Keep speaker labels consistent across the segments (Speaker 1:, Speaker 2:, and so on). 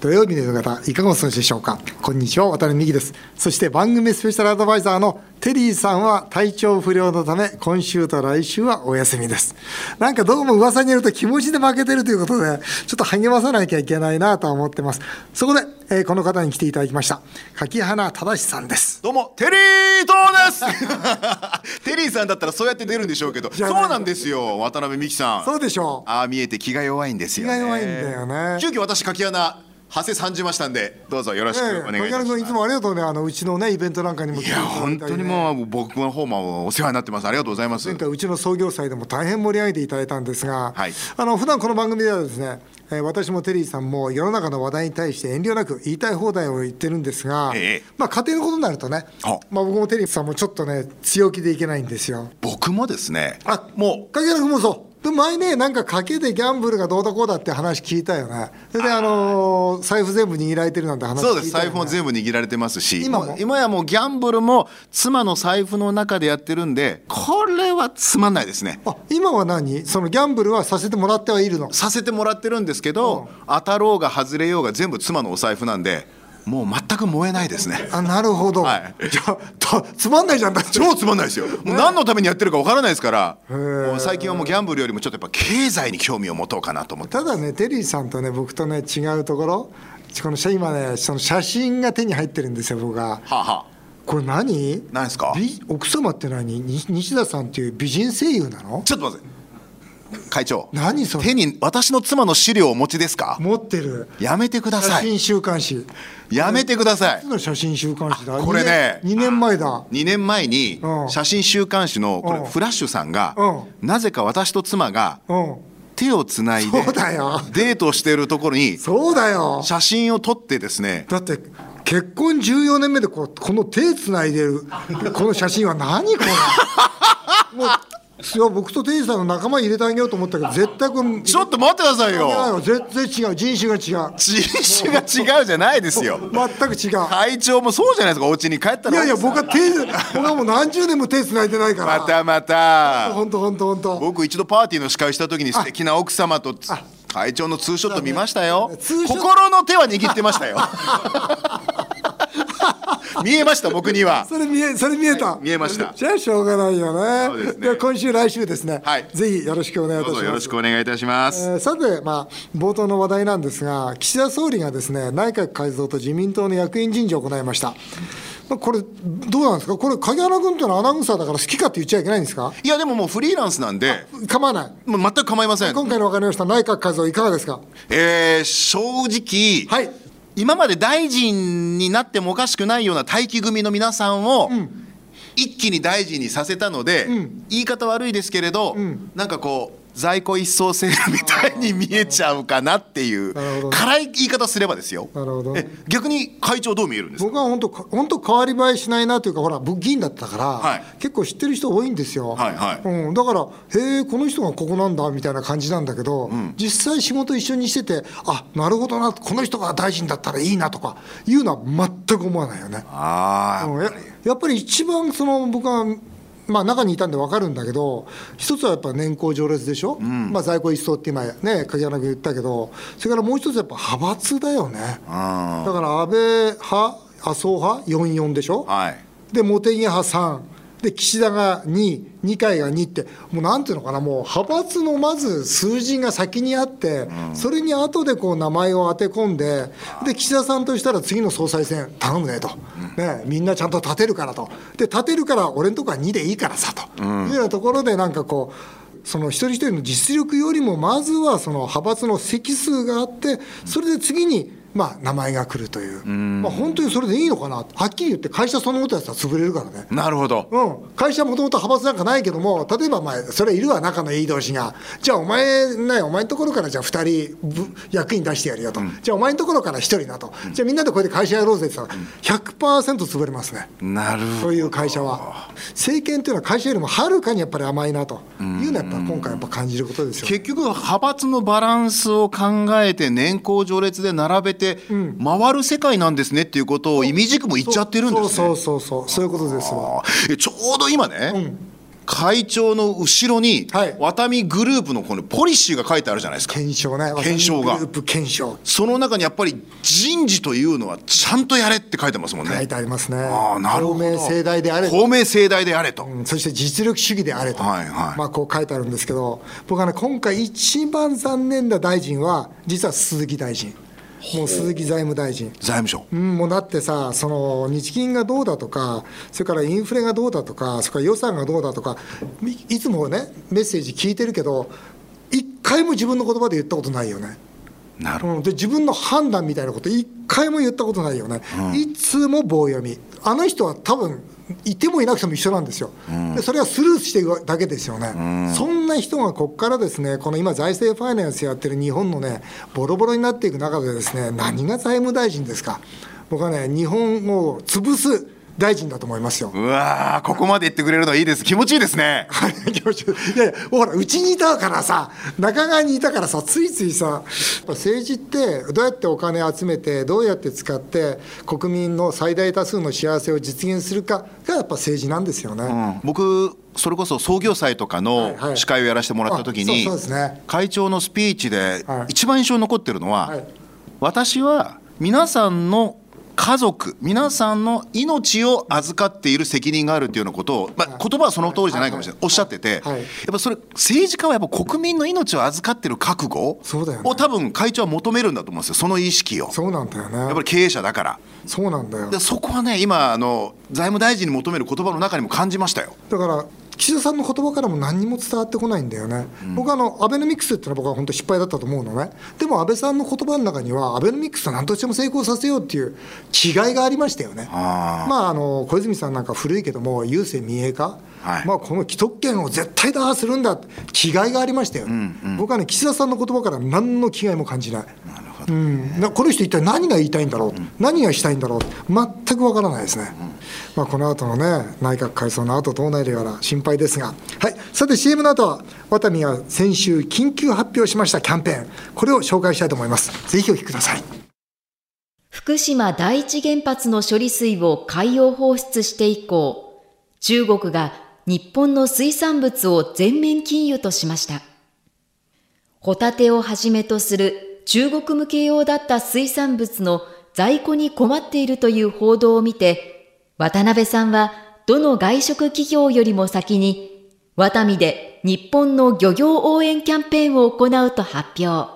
Speaker 1: 土曜日の方いかがお過ごしでしょうかこんにちは渡辺美希ですそして番組スペシャルアドバイザーのテリーさんは体調不良のため今週と来週はお休みですなんかどうも噂によると気持ちで負けてるということでちょっと励まさなきゃいけないなとは思ってますそこで、えーこの方に来ていただきました柿花忠さんです
Speaker 2: どうもテリートーです テリーさんだったらそうやって出るんでしょうけど
Speaker 1: じゃ
Speaker 2: そ
Speaker 1: あ
Speaker 2: うなんですよ渡辺美樹さん
Speaker 1: そうでしょう
Speaker 2: ああ見えて気が弱いんですよ、ね、
Speaker 1: 気が弱いんだよね
Speaker 2: 急遽私柿穴長谷参じましたんでどうぞよろしくお願いいたし
Speaker 1: 小
Speaker 2: ま
Speaker 1: 原
Speaker 2: す、
Speaker 1: 君いつもありがとうねあのうちのねイベントなんかにも来
Speaker 2: い
Speaker 1: てい
Speaker 2: や
Speaker 1: ただいて
Speaker 2: 本当にもう僕の方もお世話になってますありがとうございます
Speaker 1: 前回うちの創業祭でも大変盛り上げていただいたんですが、
Speaker 2: はい
Speaker 1: あの普段この番組ではですね、えー私もテリーさんも世の中の話題に対して遠慮なく言いたい放題を言ってるんですが、
Speaker 2: ええ
Speaker 1: まあ家庭のことになるとね
Speaker 2: あ、
Speaker 1: まあ僕もテリーさんもちょっとね強気でいけないんですよ。
Speaker 2: 僕もですね
Speaker 1: あ
Speaker 2: も
Speaker 1: かけらくもそう。で前ねなんか賭けでギャンブルがどうだこうだって話聞いたよね。それであのー財布全部握られてるなんて話聞
Speaker 2: う
Speaker 1: いた
Speaker 2: そ
Speaker 1: よ、
Speaker 2: う
Speaker 1: ね。
Speaker 2: です財布も全部握られてますし
Speaker 1: 今も
Speaker 2: 今やもうギャンブルも妻の財布の中でやってるんでこれはつまんないですね
Speaker 1: あ今は何そのギャンブルはさせてもらってはいるの。
Speaker 2: させてもらってるんですけど、当たろうが外れようが全部妻のお財布なんでもう全く燃えないです ね
Speaker 1: あなるほど。
Speaker 2: はい
Speaker 1: じゃあとつまんないじゃんだって。
Speaker 2: 超つまんないですよもう何のためにやってるかわからないですから
Speaker 1: ー
Speaker 2: もう最近はもうギャンブルよりもちょっとやっぱ経済に興味を持とうかなと思って
Speaker 1: ただねテリーさんとね僕とね違うところこの写今ねその写真が手に入ってるんですよ僕が
Speaker 2: はあ、は
Speaker 1: これ何
Speaker 2: あ、何ですか
Speaker 1: び奥様って何に西田さんっていう美人声優なの
Speaker 2: ちょっと待って会長
Speaker 1: 何それ
Speaker 2: 手に私の妻の資料をお持ちですか
Speaker 1: 持ってる
Speaker 2: やめてくだ
Speaker 1: 写
Speaker 2: さい
Speaker 1: 真週刊誌
Speaker 2: やめてください
Speaker 1: 初の写真週刊誌だ
Speaker 2: あこれね
Speaker 1: 2年二年前だ
Speaker 2: 2年前に
Speaker 1: うん
Speaker 2: 写真週刊誌のこ
Speaker 1: うん
Speaker 2: れフラッシュさんが
Speaker 1: う
Speaker 2: なぜか私と妻が
Speaker 1: うん
Speaker 2: 手をつないで
Speaker 1: そうだよ
Speaker 2: デートしてるところに
Speaker 1: そうだよ
Speaker 2: 写真を撮ってですね
Speaker 1: だって結婚14年目でこうこの手つないでるこの写真は何 これもういや僕とテリーさんの仲間に入れてあげようと思ったけど絶対これ
Speaker 2: ちょっと待ってください
Speaker 1: いやい
Speaker 2: よ
Speaker 1: や絶対違う人種が違う
Speaker 2: 人種が違うじゃないですよ
Speaker 1: 全く違う
Speaker 2: 会長もそうじゃないですかお家に帰ったら
Speaker 1: いやいや僕は手僕はもう何十年も手繋いでないから
Speaker 2: またまた
Speaker 1: 本当本当本当
Speaker 2: 僕一度パーティーの司会した時に素敵な奥様とつ会長のツーショット見ましたよ
Speaker 1: ツーショット
Speaker 2: 心の手は握ってました よ見えました僕には
Speaker 1: それ見えそれ見えた、
Speaker 2: 見えました
Speaker 1: じゃあしょうがないよ
Speaker 2: そう
Speaker 1: ね
Speaker 2: ですね
Speaker 1: では今週来週ですね、
Speaker 2: はい
Speaker 1: ぜひよろしくお願いい
Speaker 2: ど
Speaker 1: たし
Speaker 2: うぞよ
Speaker 1: ま
Speaker 2: ろ
Speaker 1: す
Speaker 2: しくお願いいたします
Speaker 1: えーさて、まあ、冒頭の話題なんですが、岸田総理がですね内閣改造と自民党の役員人事を行いました、まあ、これ、どうなんですか、これ、影原君というのはアナウンサーだから好きかって言っちゃいけないんですか、
Speaker 2: いやでももうフリーランスなんで
Speaker 1: 構わない、
Speaker 2: もう全く構いません
Speaker 1: 今回の分かりました内閣改造、いかがですか、
Speaker 2: えー正直、
Speaker 1: はい
Speaker 2: 今まで大臣になってもおかしくないような待機組の皆さんを、一気に大臣にさせたので、言い方悪いですけれど、なんかこう在庫一掃セールみたいに見えちゃうかなっていう
Speaker 1: なるほど
Speaker 2: 辛い言い方すればですよ
Speaker 1: なるほど
Speaker 2: え逆に会長どう見えるんですか
Speaker 1: 僕は本当、本当、変わり映えしないなというか、ほら、僕、議員だったから、
Speaker 2: はい
Speaker 1: 結構知ってる人多いんですよ、
Speaker 2: はいはい
Speaker 1: うん、だから、へえ、この人がここなんだみたいな感じなんだけど、実際、仕事一緒にしてて、あなるほどな、この人が大臣だったらいいなとかいうのは全く思わないよね。
Speaker 2: あ
Speaker 1: うん
Speaker 2: ー
Speaker 1: ややっぱり一番その僕はまあ中にいたんで分かるんだけど一つはやっぱ年功序列でしょ、まあ、在庫一掃って今ね鍵穴君言ったけどそれからもう一つやっぱ派閥だよねだ
Speaker 2: あ
Speaker 1: から安倍派麻生派44でしょ
Speaker 2: ーはい
Speaker 1: で茂木派3で岸田が2、二階が2って、もうなんていうのかな、もう派閥のまず数字が先にあって、それに後でこう名前を当て込んで、で岸田さんとしたら次の総裁選、頼むねと、ね、みんなちゃんと立てるからと、で立てるから、俺のとこは2でいいからさと、いうようなところで、なんかこう、その一人一人の実力よりも、まずはその派閥の席数があって、それで次に、まあ、名前が来るという、まあ、本当にそれでいいのかなはっきり言って、会社そのものやつは潰れるからね。
Speaker 2: なるほど
Speaker 1: うん、会社はもともと派閥なんかないけども、例えば、まあ、それはいるわ、仲のいい同士が、じゃあ、お前、ね、お前のところからじゃあ2人ぶ役員出してやるよと、じゃあ、お前のところから1人なと、じゃあ、みんなでこれで会社やろうぜって言ったら、100%潰れますね。
Speaker 2: なるほ
Speaker 1: そ
Speaker 2: ど
Speaker 1: ういう会社は政権というのは会社よりもはるかにやっぱり甘いなというのはやっぱ今回やっぱ感じることですよね
Speaker 2: 結局派閥のバランスを考えて年功序列で並べて回る世界なんですねっていうことを意味軸も言っちゃってるんですね。
Speaker 1: そうそうそうそうそういうことですわ
Speaker 2: あーえちょうど今ね、会長の後ろに、
Speaker 1: はい
Speaker 2: ワタミグループのこのポリシーが書いてあるじゃないですか
Speaker 1: 検証ね
Speaker 2: 検証が
Speaker 1: ワタミグループ検証
Speaker 2: その中にやっぱり人事というのはちゃんとやれって書いてますもん
Speaker 1: 書い
Speaker 2: ね
Speaker 1: てありますね
Speaker 2: あーなるほど
Speaker 1: 透明盛大であれ
Speaker 2: 公明正大であれと、
Speaker 1: うんそして実力主義であれと、
Speaker 2: はいはい
Speaker 1: まあ、こう書いてあるんですけど、僕はね、今回、一番残念な大臣は、実は鈴木大臣、もう鈴木財務大臣。
Speaker 2: 財務省
Speaker 1: うん、もうだってさ、その日銀がどうだとか、それからインフレがどうだとか、それから予算がどうだとか、いいつもね、メッセージ聞いてるけど、一回も自分の言葉で言ったことないよね。
Speaker 2: なるほど
Speaker 1: うん、で自分の判断みたいなこと一回も言ったことないよね、いつも棒読みあの人は多分いてもいなくても一緒なんですよ、でそれはスルーしていくだけですよね、そんな人がここからですねこの今財政ファイナンスやってる日本のねボロボロになっていく中でですね何が財務大臣ですか僕はね日本を潰す大臣だと思いますよ、
Speaker 2: うわーここまで言ってくれるのいいです気持ちいいですね
Speaker 1: 気持ち悪 いいやいやほらうちにいたからさ中川にいたからさついついさやっぱ政治ってどうやってお金集めてどうやって使って国民の最大多数の幸せを実現するかがやっぱ政治なんですよね。
Speaker 2: 僕それこそ創業祭とか
Speaker 1: はいは
Speaker 2: の
Speaker 1: い
Speaker 2: 司会をやらせてもらった時
Speaker 1: あ
Speaker 2: に
Speaker 1: そうそうですね
Speaker 2: 会長のスピーチで
Speaker 1: はい
Speaker 2: 一番印象に残ってるのは、
Speaker 1: はい
Speaker 2: 私は皆さんの家族皆さんの命を預かっている責任があるっていうようなことを、まあ、言葉はその通りじゃないかもしれない、
Speaker 1: はい
Speaker 2: おっしゃってて、
Speaker 1: はい
Speaker 2: やっぱそれ政治家はやっぱ国民の命を預かってる覚悟
Speaker 1: そうだよね
Speaker 2: を多分会長は求めるんだと思うんですよその意識を。
Speaker 1: そうなんだよ
Speaker 2: やっ
Speaker 1: ね
Speaker 2: ぱり経営者だから
Speaker 1: そうなんだよ
Speaker 2: でそこはね今あの財務大臣に求める言葉の中にも感じましたよ。
Speaker 1: だから岸田さんの言葉からも何にも伝わってこないんだよね、僕はあのアベノミクスってのは僕は本当失敗だったと思うのね、でも安倍さんの言葉の中には、アベノミクスは何としても成功させようっていう気概がありましたよね、
Speaker 2: あ
Speaker 1: まあ、あの小泉さんなんか古いけども、郵政民営化、
Speaker 2: はい
Speaker 1: まあ、この既得権を絶対打破するんだって、気概がありましたよね、僕はね、岸田さんの言葉から何の気概も感じない。うん、なこの人一体何が言いたいんだろう、何がしたいんだろう全くわからないですね、まあ、この後のね内閣改造の後どうなるやら心配ですが、はい、さて CM の後はワタミが先週緊急発表しましたキャンペーンこれを紹介したいと思いますぜひお聞きください
Speaker 3: 福島第一原発の処理水を海洋放出して以降、中国が日本の水産物を全面禁輸としました。ホタテをはじめとする中国向け用だった水産物の在庫に困っているという報道を見て、渡辺さんはどの外食企業よりも先に、ワタミで日本の漁業応援キャンペーンを行うと発表。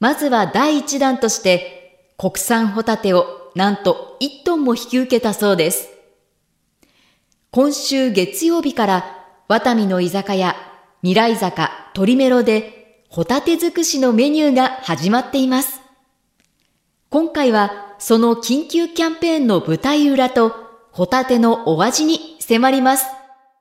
Speaker 3: まずは第1弾として、国産ホタテをなんと1トンも引き受けたそうです。今週月曜日から、ワタミの居酒屋、未来坂、鳥メロで、ホタテ尽くしのメニューが始まっています。今回は、その緊急キャンペーンの舞台裏と、ホタテのお味に迫ります。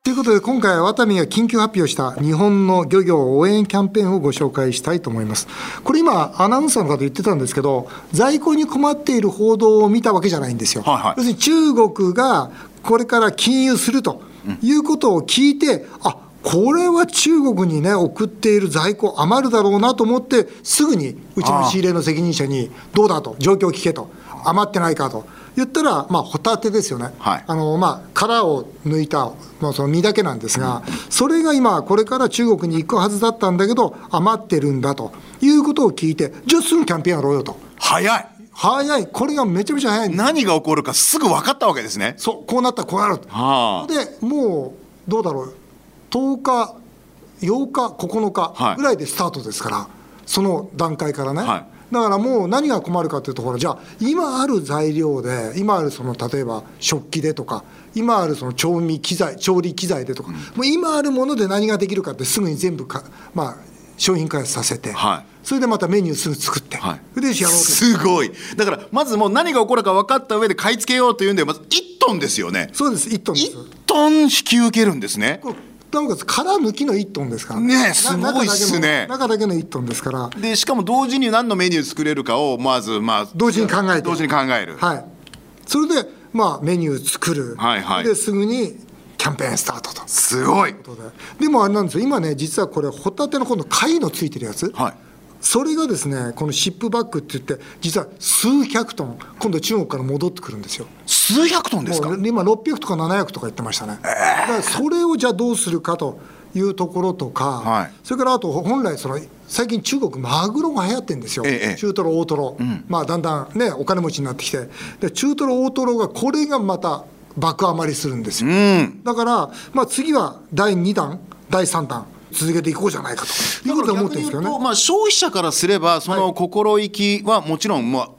Speaker 1: ということで今回はワタミが緊急発表した日本の漁業応援キャンペーンをご紹介したいと思いますこれ今アナウンサーの方言ってたんですけど在庫に困っている報道を見たわけじゃないんですよ、
Speaker 2: はいはい
Speaker 1: 要するに中国がこれから禁輸するということを聞いて、あこれは中国にね送っている在庫余るだろうなと思ってすぐにうちの仕入れの責任者にどうだと状況を聞けと余ってないかと言ったらまあホタテですよね、
Speaker 2: はい
Speaker 1: あのまあ、殻を抜いた、まあ、その身だけなんですが、それが今、これから中国に行くはずだったんだけど、余ってるんだということを聞いて、じゃあすぐキャンペーンやろうよと、
Speaker 2: 早い
Speaker 1: 早い、これがめちゃめちゃ早いんだ、
Speaker 2: 何が起こるかすぐ分かったわけですね。
Speaker 1: そうこうなったらこうなる、
Speaker 2: は
Speaker 1: でもうどうだろう、10日、8日、9
Speaker 2: は
Speaker 1: 日
Speaker 2: い
Speaker 1: ぐらいでスタートですから、その段階からね、
Speaker 2: は
Speaker 1: だからもう何が困るかというところ、じゃあ、今ある材料で、今あるその例えば食器でとか、今あるその調味機材、調理機材でとか、もう今あるもので何ができるかって、すぐに全部か、まあ、商品開発させて、
Speaker 2: はい
Speaker 1: それでまたメニューすぐ作って、
Speaker 2: はい
Speaker 1: それでやろうと。
Speaker 2: すごい。だからまずもう何が起こるか分かった上で買い付けようというんでまず1トンですよね。
Speaker 1: そうです、1トンです。
Speaker 2: 1トン引き受けるんですね。
Speaker 1: これなおかつ殻抜きの1トンですから
Speaker 2: ねえ
Speaker 1: な
Speaker 2: すごいっすね
Speaker 1: 中だけの中だけの1トンですから
Speaker 2: でしかも同時に何のメニュー作れるかをまずまあ
Speaker 1: 同時に考えて
Speaker 2: 同時に考える。
Speaker 1: はいそれでまあメニュー作る、
Speaker 2: はいはい
Speaker 1: ですぐにキャンペーンスタートと
Speaker 2: すごい。
Speaker 1: ということででもあれなんですよ今ね実はこれホタテの今度貝のついてるやつ、
Speaker 2: はい
Speaker 1: それがですねこのシップバックって言って実は数百トン今度中国から戻ってくるんですよ
Speaker 2: 数百トンですか
Speaker 1: もう今600とか700とか言ってましたね、だからそれをじゃあどうするかというところとか、
Speaker 2: はい
Speaker 1: それからあと本来その最近中国マグロが流行ってるんですよ、
Speaker 2: ええ
Speaker 1: 中トロ大トロ、まあだんだんねお金持ちになってきてで中トロ大トロがこれがまた爆余りするんですよ、
Speaker 2: うん
Speaker 1: だから、まあ、次は第2弾第3弾続けていこうじゃないかということで思ってるんですけど
Speaker 2: 逆に言う
Speaker 1: ね
Speaker 2: とまあ、消費者からすればその心意気はもちろん、まあ、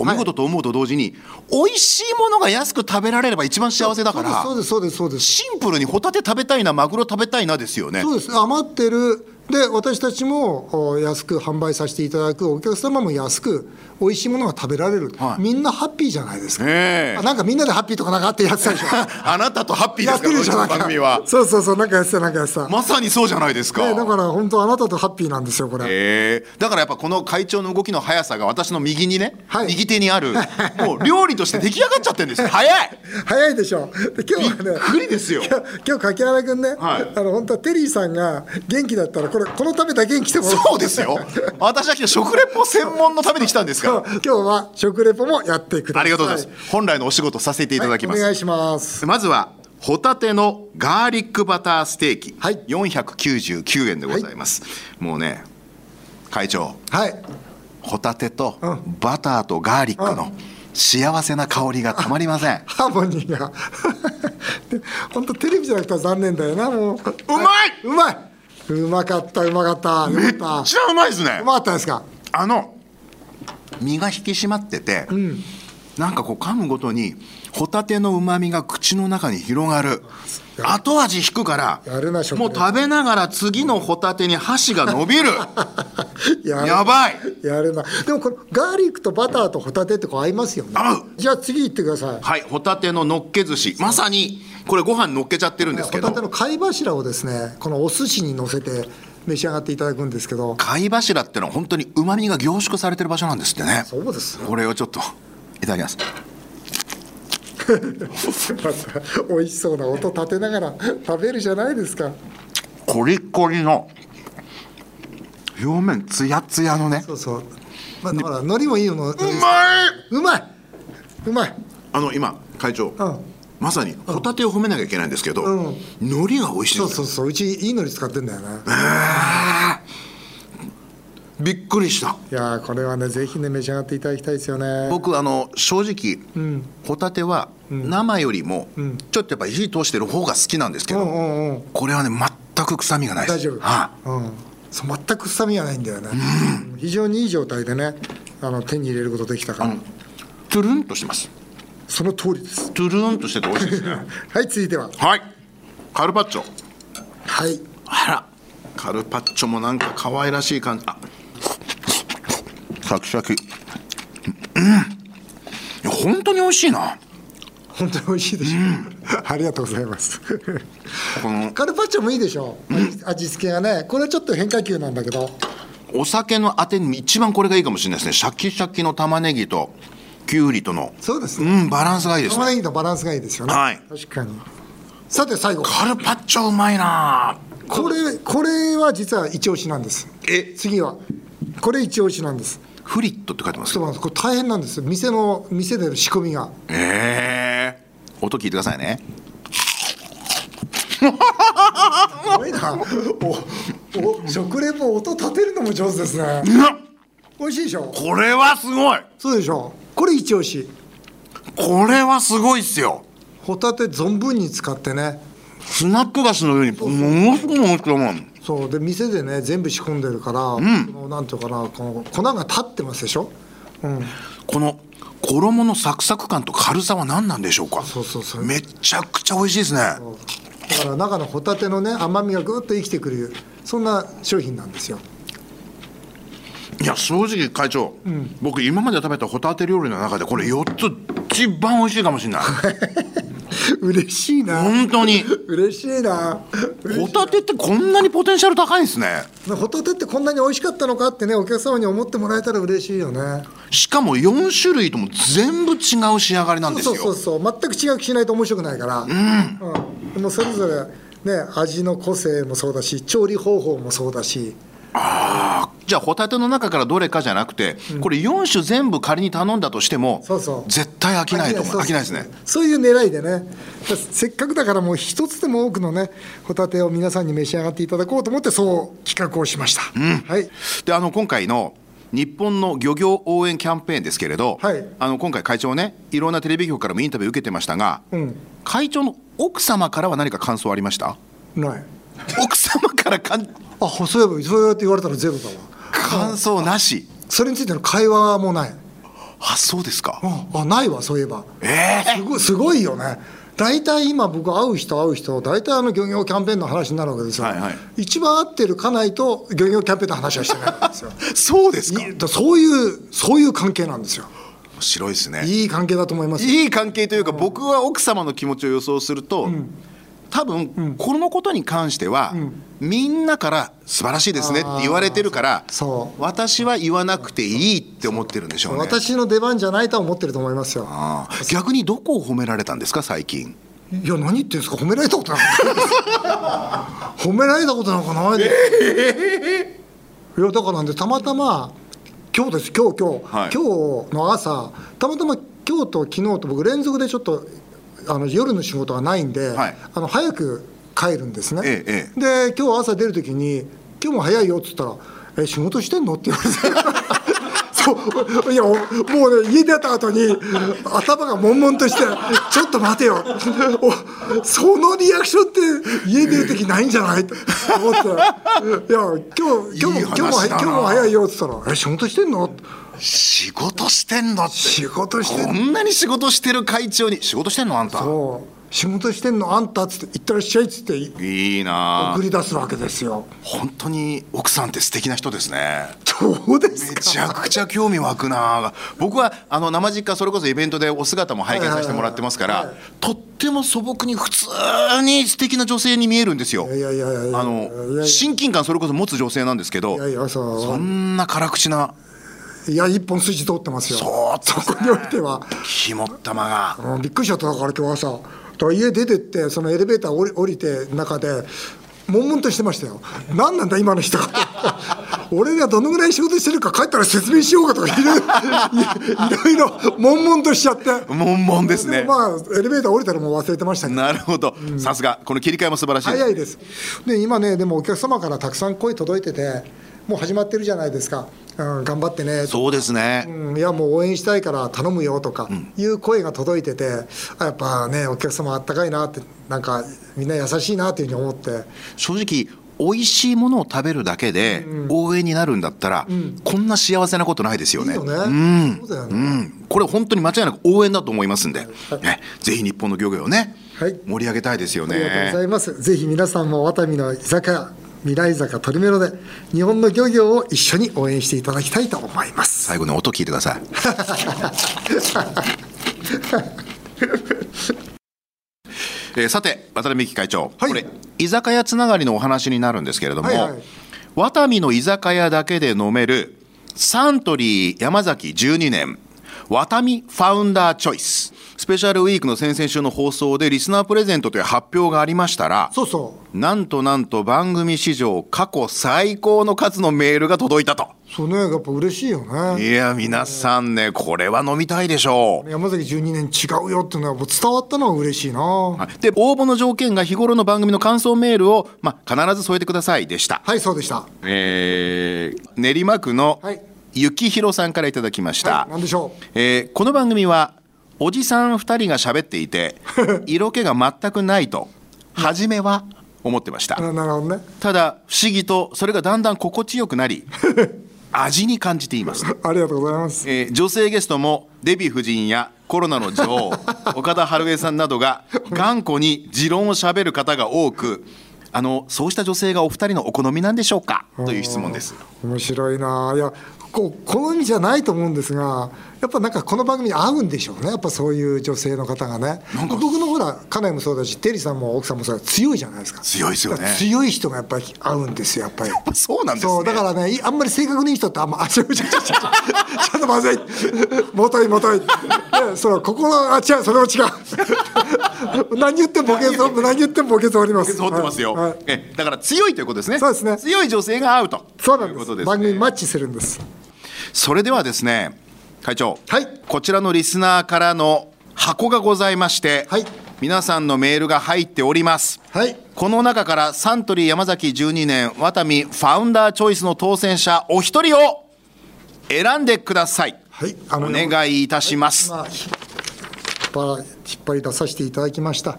Speaker 2: お見事と思うと同時に、美味しいものが安く食べられれば一番幸せだから
Speaker 1: そうですそうですそうですそうです
Speaker 2: シンプルにホタテ食べたいなマグロ食べたいなですよ ね
Speaker 1: そうです余ってるで私たちもお安く販売させていただくお客様も安く美味しいものが食べられる、
Speaker 2: はい
Speaker 1: みんなハッピーじゃないですか、
Speaker 2: ねえ
Speaker 1: あなんかみんなでハッピーとかなんかあってやってた でしょ
Speaker 2: あなたとハッピー
Speaker 1: やっ
Speaker 2: ですか
Speaker 1: て
Speaker 2: ら
Speaker 1: るじゃんな
Speaker 2: こ
Speaker 1: ん
Speaker 2: の番
Speaker 1: か
Speaker 2: 組は
Speaker 1: そうそうそうなんかやってたなんかやってた、
Speaker 2: まさにそうじゃないですか、
Speaker 1: ね、だから本当あなたとハッピーなんですよこれ、
Speaker 2: えーだからやっぱこの会長の動きの速さが私の右にね、
Speaker 1: はい
Speaker 2: 右手 にあるもう料理として出来上がっちゃってるんですよ早い
Speaker 1: 早いでしょで今日は
Speaker 2: びっ
Speaker 1: ね
Speaker 2: くりですよ
Speaker 1: 今日今日柿原君ね、
Speaker 2: はい
Speaker 1: あの本当はテリーさんが元気だったらこれこのためだけに来てもら
Speaker 2: そうですよ私は今日食レポ専門のために来たんで す
Speaker 1: 今
Speaker 2: か
Speaker 1: 日は食レポもやってください
Speaker 2: らありがとうございます、本来のお仕事させていただきま
Speaker 1: はい
Speaker 2: す、
Speaker 1: お願いします
Speaker 2: まずはホタテのガーリックバターステーキ、
Speaker 1: はい
Speaker 2: 499円でございます、もうね会長
Speaker 1: はい
Speaker 2: ホタテと
Speaker 1: うん
Speaker 2: バターとガーリックの幸せな香りがたまりません
Speaker 1: ハーモニーが で本当テレビじゃなくては残念だよなもう
Speaker 2: うまいう
Speaker 1: まいうまかったうまかった
Speaker 2: め
Speaker 1: よ
Speaker 2: っち
Speaker 1: か
Speaker 2: ゃ
Speaker 1: った
Speaker 2: うまいですね
Speaker 1: うまかったですか
Speaker 2: あの身が引き締まってて、なんかこう噛むごとにホタテのうまみが口の中に広がる後味引くか
Speaker 1: やるな
Speaker 2: ら
Speaker 1: 食レ
Speaker 2: も
Speaker 1: ポ
Speaker 2: う食べながら次のホタテに箸が 伸びる
Speaker 1: やる
Speaker 2: やばい
Speaker 1: やるなでもこのガーリックとバターとホタテってこう合いますよね
Speaker 2: 合う
Speaker 1: じゃあ次行ってください
Speaker 2: はいホタテののっけ寿司まさにこれご飯のっけちゃってるんですけ
Speaker 1: ホ
Speaker 2: ど
Speaker 1: タテの貝柱をですねこのお寿司に乗せて召し上がっていただくんですけど
Speaker 2: 貝柱ってのは本当にうまみが凝縮されてる場所なんですってね
Speaker 1: そうですよ
Speaker 2: これをちょっといただきます
Speaker 1: また美味しそうな音立てながら 食べるじゃないですか
Speaker 2: コリコリの表面ツヤツヤのね
Speaker 1: そうそう、まあ、だから海苔もいいの
Speaker 2: うまいう
Speaker 1: まいうまい
Speaker 2: あの今会長、
Speaker 1: ん
Speaker 2: まさにホタテを褒めなきゃいけないんですけど、
Speaker 1: うん
Speaker 2: 海苔が美味しい
Speaker 1: そ
Speaker 2: で
Speaker 1: う
Speaker 2: す
Speaker 1: そ
Speaker 2: よ
Speaker 1: うそううちいいのり使ってんだよね
Speaker 2: びっくりした
Speaker 1: いやーこれはねぜひね召し上がっていただきたいですよね
Speaker 2: 僕あの正直、ホタテは生よりも、ちょっとやっぱ火通してる方が好きなんですけ
Speaker 1: う
Speaker 2: ど、
Speaker 1: んうんうん
Speaker 2: これはね全く臭みがないです
Speaker 1: 大丈夫
Speaker 2: はい
Speaker 1: うんそう全く臭みはないんだよね、非常にいい状態でねあの手に入れることできたから、
Speaker 2: トゥルンとしてます
Speaker 1: その通りです
Speaker 2: トゥルンとしてて美味しいです ね
Speaker 1: はい続いては
Speaker 2: はいカルパッチョ
Speaker 1: はい
Speaker 2: あらカルパッチョもなんか可愛らしい感じあシャキシャキうんいや本当に美味しいな
Speaker 1: 本当に美味しいでしょ、ありがとうございます
Speaker 2: この
Speaker 1: カルパッチョもいいでしょ、味味付けがねこれはちょっと変化球なんだけど
Speaker 2: お酒のあてに一番これがいいかもしれないですねシャキシャキの玉ねぎときゅうりとの
Speaker 1: そうです
Speaker 2: う
Speaker 1: ね
Speaker 2: んバランスがいいです
Speaker 1: 玉
Speaker 2: ね
Speaker 1: ねぎのバランスがいいですよね、
Speaker 2: はい
Speaker 1: 確かにさて最後
Speaker 2: カルパッチョうまいな
Speaker 1: これこれは実は一押しなんです
Speaker 2: え
Speaker 1: 次はこれ一押しなんです
Speaker 2: フリットって書いてます
Speaker 1: そ
Speaker 2: け
Speaker 1: うな
Speaker 2: ど
Speaker 1: んですこれ大変なんです店の店での仕込みが
Speaker 2: ええ音聞いてくださいね
Speaker 1: すごいな おお食レポ音立てるのも上手ですね
Speaker 2: うわ
Speaker 1: 美味しいでしょ
Speaker 2: これはすごい
Speaker 1: そうでしょこれ一押し
Speaker 2: これはすごいっすよ
Speaker 1: ホタテ存分に使ってね
Speaker 2: スナック菓子のようにものすごく美味しく思う
Speaker 1: そうで店でね全部仕込んでるから、そのなんていうかなこの粉が立ってますでしょうん
Speaker 2: この衣のサクサク感と軽さは何なんでしょうか
Speaker 1: そうそうそう
Speaker 2: めちゃくちゃ美味しいですね
Speaker 1: だから中のホタテのね甘みがぐっと生きてくるそんな商品なんですよ
Speaker 2: いや正直会長、僕今まで食べたホタテ料理の中でこれ4つ一番美味しいかもしれない
Speaker 1: 嬉しいな
Speaker 2: 本当に
Speaker 1: 嬉しいな
Speaker 2: ホタテってこんなにポテンシャル高いんですね
Speaker 1: ホタテってこんなに美味しかったのかってねお客様に思ってもらえたら嬉しいよね
Speaker 2: しかも4種類とも全部違う仕上がりなんです
Speaker 1: そ
Speaker 2: よ
Speaker 1: うそうそう全く違くしないと面白くないからうん、でもそれぞれね味の個性もそうだし調理方法もそうだし
Speaker 2: じゃあホタテの中からどれかじゃなくて、これ4種全部仮に頼んだとしても
Speaker 1: そうそう
Speaker 2: 絶対飽きないと思う
Speaker 1: そう
Speaker 2: 飽きないですね
Speaker 1: そういう狙いでねせっかくだからもう一つでも多くのねホタテを皆さんに召し上がっていただこうと思ってそう企画をしました、はい
Speaker 2: であの今回の日本の漁業応援キャンペーンですけれど、
Speaker 1: はい
Speaker 2: あの今回会長ねいろんなテレビ局からもインタビュー受けてましたが、
Speaker 1: うん
Speaker 2: 会長の奥様からは何か感想あり ました
Speaker 1: ない
Speaker 2: 奥様からかん
Speaker 1: あそういえばそうやって言われたらゼロだわ
Speaker 2: 感想なし
Speaker 1: それについての会話もない
Speaker 2: あそうですか
Speaker 1: ああないわそういえば
Speaker 2: ええ
Speaker 1: すごいすごいよね大体今僕会う人会う人大体あの漁業キャンペーンの話になるわけですよ、
Speaker 2: はいはい
Speaker 1: 一番合ってる家内と漁業キャンペーンの話はしてないんです よ
Speaker 2: そうですか
Speaker 1: いいそういうそういう関係なんですよ
Speaker 2: 面白いですね
Speaker 1: いい関係だと思います
Speaker 2: いい関係というか僕は奥様の気持ちを予想すると多分このことに関してはみんなから素晴らしいですねって言われてるから
Speaker 1: そ
Speaker 2: 私は言わなくていいって思ってるんでしょうね
Speaker 1: 私の出番じゃないとは思ってると思いますよ
Speaker 2: ああ逆にどこを褒められたんですか最近
Speaker 1: いや何言ってんですか褒められたことなんかないです褒められたことなんかないです、いやだからなんでたまたま今日です今日今日、
Speaker 2: はい
Speaker 1: 今日の朝たまたま今日と昨日と僕連続でちょっとあの夜の仕事がないんで、
Speaker 2: はい
Speaker 1: あの早く帰るんですね、
Speaker 2: ええ
Speaker 1: で今日朝出る時に「今日も早いよ」っつったら「え仕事してんの?」って言われてそういやおもうね家出た後に頭が悶々として「ちょっと待てよ」おそのリアクションって家出る時ないんじゃない?」と思って「いや今日今日
Speaker 2: いい
Speaker 1: も今日も
Speaker 2: 話だな
Speaker 1: 今日も早いよ」っつったら「え仕事してんの?」
Speaker 2: 仕事してんのって
Speaker 1: 仕事してん
Speaker 2: こ
Speaker 1: の
Speaker 2: んなに仕事してる会長に仕事してんのあんた
Speaker 1: そう仕事してんのあんた」っつって「行ってらっしゃい」っつって
Speaker 2: いいなあ
Speaker 1: 送り出すわけですよ。
Speaker 2: 本当に奥さんって素敵な人ですね
Speaker 1: どうです
Speaker 2: め
Speaker 1: か
Speaker 2: ちゃくちゃ興味湧くな僕はあの生実家それこそイベントでお姿も拝見させてもらってますから、
Speaker 1: はいはいは
Speaker 2: とっても素朴に普通に素敵な女性に見えるんですよ
Speaker 1: いやいやいやいやいやいや
Speaker 2: あの親近感それこそ持つ女性なんですけど
Speaker 1: いやいやそう
Speaker 2: そんな辛口ない
Speaker 1: や一本筋通ってますよ
Speaker 2: そう
Speaker 1: そこにおいては、
Speaker 2: 肝っ玉が
Speaker 1: うんびっくりしちゃっただから今日朝だから家出てってそのエレベーター降り降りて中で悶々としてましたよ何なんだ今の人が 俺がどのぐらい仕事してるか帰ったら説明しようかとかいろいろ いろいろ悶々としちゃって
Speaker 2: 悶々ですね
Speaker 1: もまあエレベーター降りたらもう忘れてましたけど
Speaker 2: なるほど、さすがこの切り替えも素晴らしい
Speaker 1: 早いですで今ねでもお客様からたくさん声届いててもう始まってるじゃないですか、うん、頑張ってねとか
Speaker 2: そうですね、
Speaker 1: うんいやもう応援したいから頼むよとかいう声が届いてて、あやっぱねお客様あったかいなってなんかみんな優しいなっていうふうに思って
Speaker 2: 正直美味しいものを食べるだけで応援になるんだったら、こんな幸せなことないですよ
Speaker 1: いい
Speaker 2: ね
Speaker 1: よね、そうだよ
Speaker 2: う
Speaker 1: ね、
Speaker 2: ん、これ本当に間違いなく応援だと思いますんで、ね、ぜひ日本の漁業をね、
Speaker 1: はい
Speaker 2: 盛り上げたいですよ
Speaker 1: ありがとうご
Speaker 2: ね
Speaker 1: ざ。いますぜひ皆さんもワタミの居酒屋未来坂トリメロで日本の漁業を一緒に応援していただきたいと思います
Speaker 2: 最後に音聞いてく ださい。えーさて渡辺美樹会長、
Speaker 1: はい
Speaker 2: これ居酒屋つながりのお話になるんですけれども、
Speaker 1: はいはい
Speaker 2: ワタミの居酒屋だけで飲めるサントリー山崎12年ワタミファウンダーチョイススペシャルウィークの先々週の放送でリスナープレゼントという発表がありましたら
Speaker 1: そうそう
Speaker 2: なんとなんと番組史上過去最高の数のメールが届いたと
Speaker 1: そうねやっぱ嬉しいよね
Speaker 2: いや皆さんねこれは飲みたいでしょう
Speaker 1: 山崎12年違うよっていうのはもう伝わったのは嬉しいな、
Speaker 2: はいで応募の条件が日頃の番組の感想メールを、まあ、必ず添えてくださいでした、
Speaker 1: はいそうでした
Speaker 2: えー練馬区の
Speaker 1: はい
Speaker 2: ゆきひろさんからいただきました、
Speaker 1: はい何でしょう
Speaker 2: えーこの番組はおじさん2人が喋って いて色気が全くないと初めは思ってました
Speaker 1: ななるほどね
Speaker 2: ただ不思議とそれがだんだん心地よくな り味に感じています、
Speaker 1: ありがとうございます
Speaker 2: えー女性ゲストもデヴィ夫人やコロナの女 王岡田春江さんなどが頑固に持論をしゃべる方が多くあのそうした女性がお二人のお好みなんでしょうかという質問です
Speaker 1: 面白いないやこ好みじゃないと思うんですがやっぱなんかこの番組に合うんでしょうねやっぱそういう女性の方がね
Speaker 2: なんか
Speaker 1: 僕のほら家内もそうだしテリーさんも奥さんもそうだ強いじゃないですか
Speaker 2: 強いですよね
Speaker 1: だから強い人がやっぱり合うんですよやっぱり。
Speaker 2: そうなんですね
Speaker 1: そうだからねいあんまり性格のいい人ってあんまあちょちょちょちょちょちょっとまずいもといもといでそのここのあ違うそれも違う何言ってもボケそう、何言ってもボケそうあります。
Speaker 2: 通ってますよ、
Speaker 1: はいはい
Speaker 2: えだから強いということですね
Speaker 1: そうですね
Speaker 2: 強い女性が合うと
Speaker 1: そうなん
Speaker 2: いう
Speaker 1: で
Speaker 2: こ
Speaker 1: す
Speaker 2: とですね
Speaker 1: 番組にマッチするんです。
Speaker 2: それではですね会長、
Speaker 1: はい
Speaker 2: こちらのリスナーからの箱がございまして、
Speaker 1: はい
Speaker 2: 皆さんのメールが入っております
Speaker 1: はい。
Speaker 2: この中からサントリー山崎12年ワタミファウンダーチョイスの当選者お一人を選んでください
Speaker 1: はい。
Speaker 2: お願いいたします、
Speaker 1: まあ、引っ張引っ張り出させていただきました、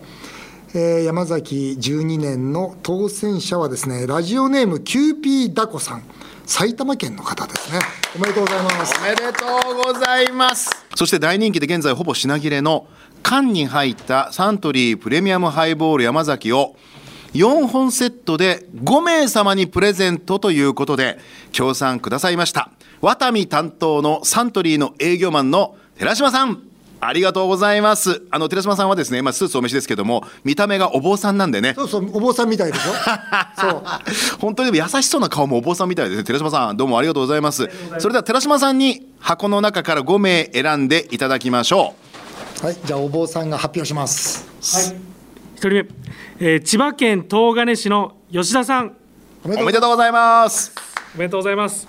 Speaker 1: えー山崎12年の当選者はですねラジオネームキューピーダコさん埼玉県の方ですねおめでとうございます
Speaker 2: おめでとうございますそして大人気で現在ほぼ品切れの缶に入ったサントリープレミアムハイボール山崎を4本セットで5名様にプレゼントということで協賛くださいましたワタミ担当のサントリーの営業マンの寺島さんありがとうございますあの寺島さんはですね、まあ、スーツお召しですけども見た目がお坊さんなんでね
Speaker 1: そうそうお坊さんみたい でしょそう
Speaker 2: 本当にでも優しそうな顔もお坊さんみたいですね寺島さんどうもありがとうございますそれでは寺島さんに箱の中から5名選んでいただきましょ
Speaker 1: はいじゃあお坊さんが発表します
Speaker 4: 一人目、えー千葉県東金市の吉田さん
Speaker 1: お
Speaker 2: う
Speaker 1: め
Speaker 2: おめ
Speaker 1: で
Speaker 2: で
Speaker 1: とう
Speaker 2: とうございます
Speaker 4: おめでとうございます、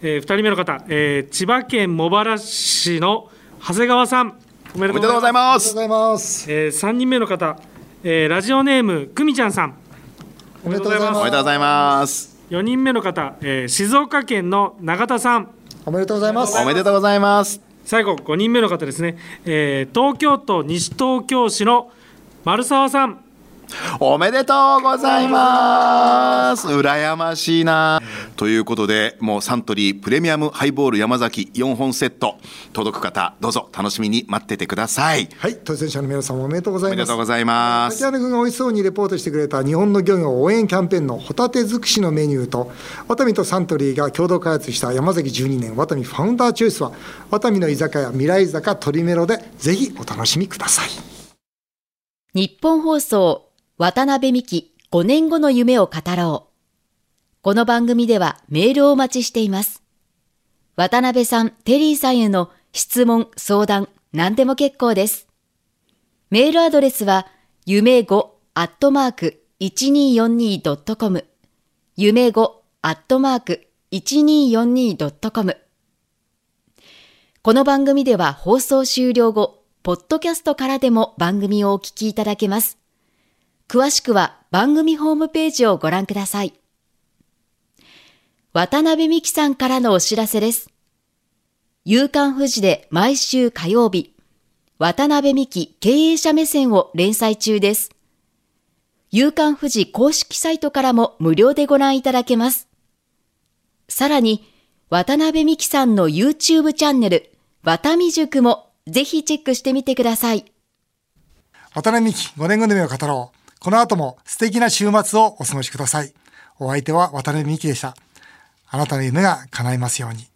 Speaker 4: えー、二人目の方、えー千葉県茂原市の長谷川さんおめ
Speaker 2: お
Speaker 4: で
Speaker 2: め
Speaker 4: と
Speaker 2: でとうご
Speaker 4: うご
Speaker 2: ざ
Speaker 4: ざ
Speaker 2: い
Speaker 4: います
Speaker 2: ます
Speaker 1: ございます
Speaker 4: えー三、人目の方、えーラジオネームくみちゃんさん
Speaker 1: おめでとうござい
Speaker 2: おめ
Speaker 1: ま
Speaker 2: ですとうございます
Speaker 4: 四人目の方、えー静岡県の永田さん
Speaker 1: おめでとうございます
Speaker 2: おめでとうございます
Speaker 4: 最後五人目の方ですね、えー東京都西東京市の丸沢さん
Speaker 2: おめでとうございます羨ましいなということでもうサントリープレミアムハイボール山崎4本セット届く方どうぞ楽しみに待っててください
Speaker 1: はい当選者の皆様おめでとうござい
Speaker 2: おめ
Speaker 1: ま
Speaker 2: ですとうございま
Speaker 1: 竹
Speaker 2: す
Speaker 1: 原君が美味しそうにレポートしてくれた日本の漁業応援キャンペーンのホタテ尽くしのメニューとワタミとサントリーが共同開発した山崎12年ワタミファウンダーチョイスはワタミの居酒屋未来坂鳥メロでぜひお楽しみください
Speaker 3: 日本放送渡辺美希5年後の夢を語ろう。この番組ではメールをお待ちしています。渡辺さん、テリーさんへの質問、相談、何でも結構です。メールアドレスは、夢5アットマーク 1242.com。夢5アットマーク 1242.com。この番組では放送終了後、ポッドキャストからでも番組をお聞きいただけます。詳しくは番組ホームページをご覧ください。渡辺美希さんからのお知らせです。夕刊富士で毎週火曜日、渡辺美希経営者目線を連載中です。夕刊富士公式サイトからも無料でご覧いただけます。さらに、渡辺美希さんの YouTube チャンネル、渡美塾もぜひチェックしてみてください。
Speaker 1: 渡辺美希5年後の夢を語ろうこの後も素敵な週末をお過ごしくださいお相手は渡辺美希でしたあなたの夢が叶いますように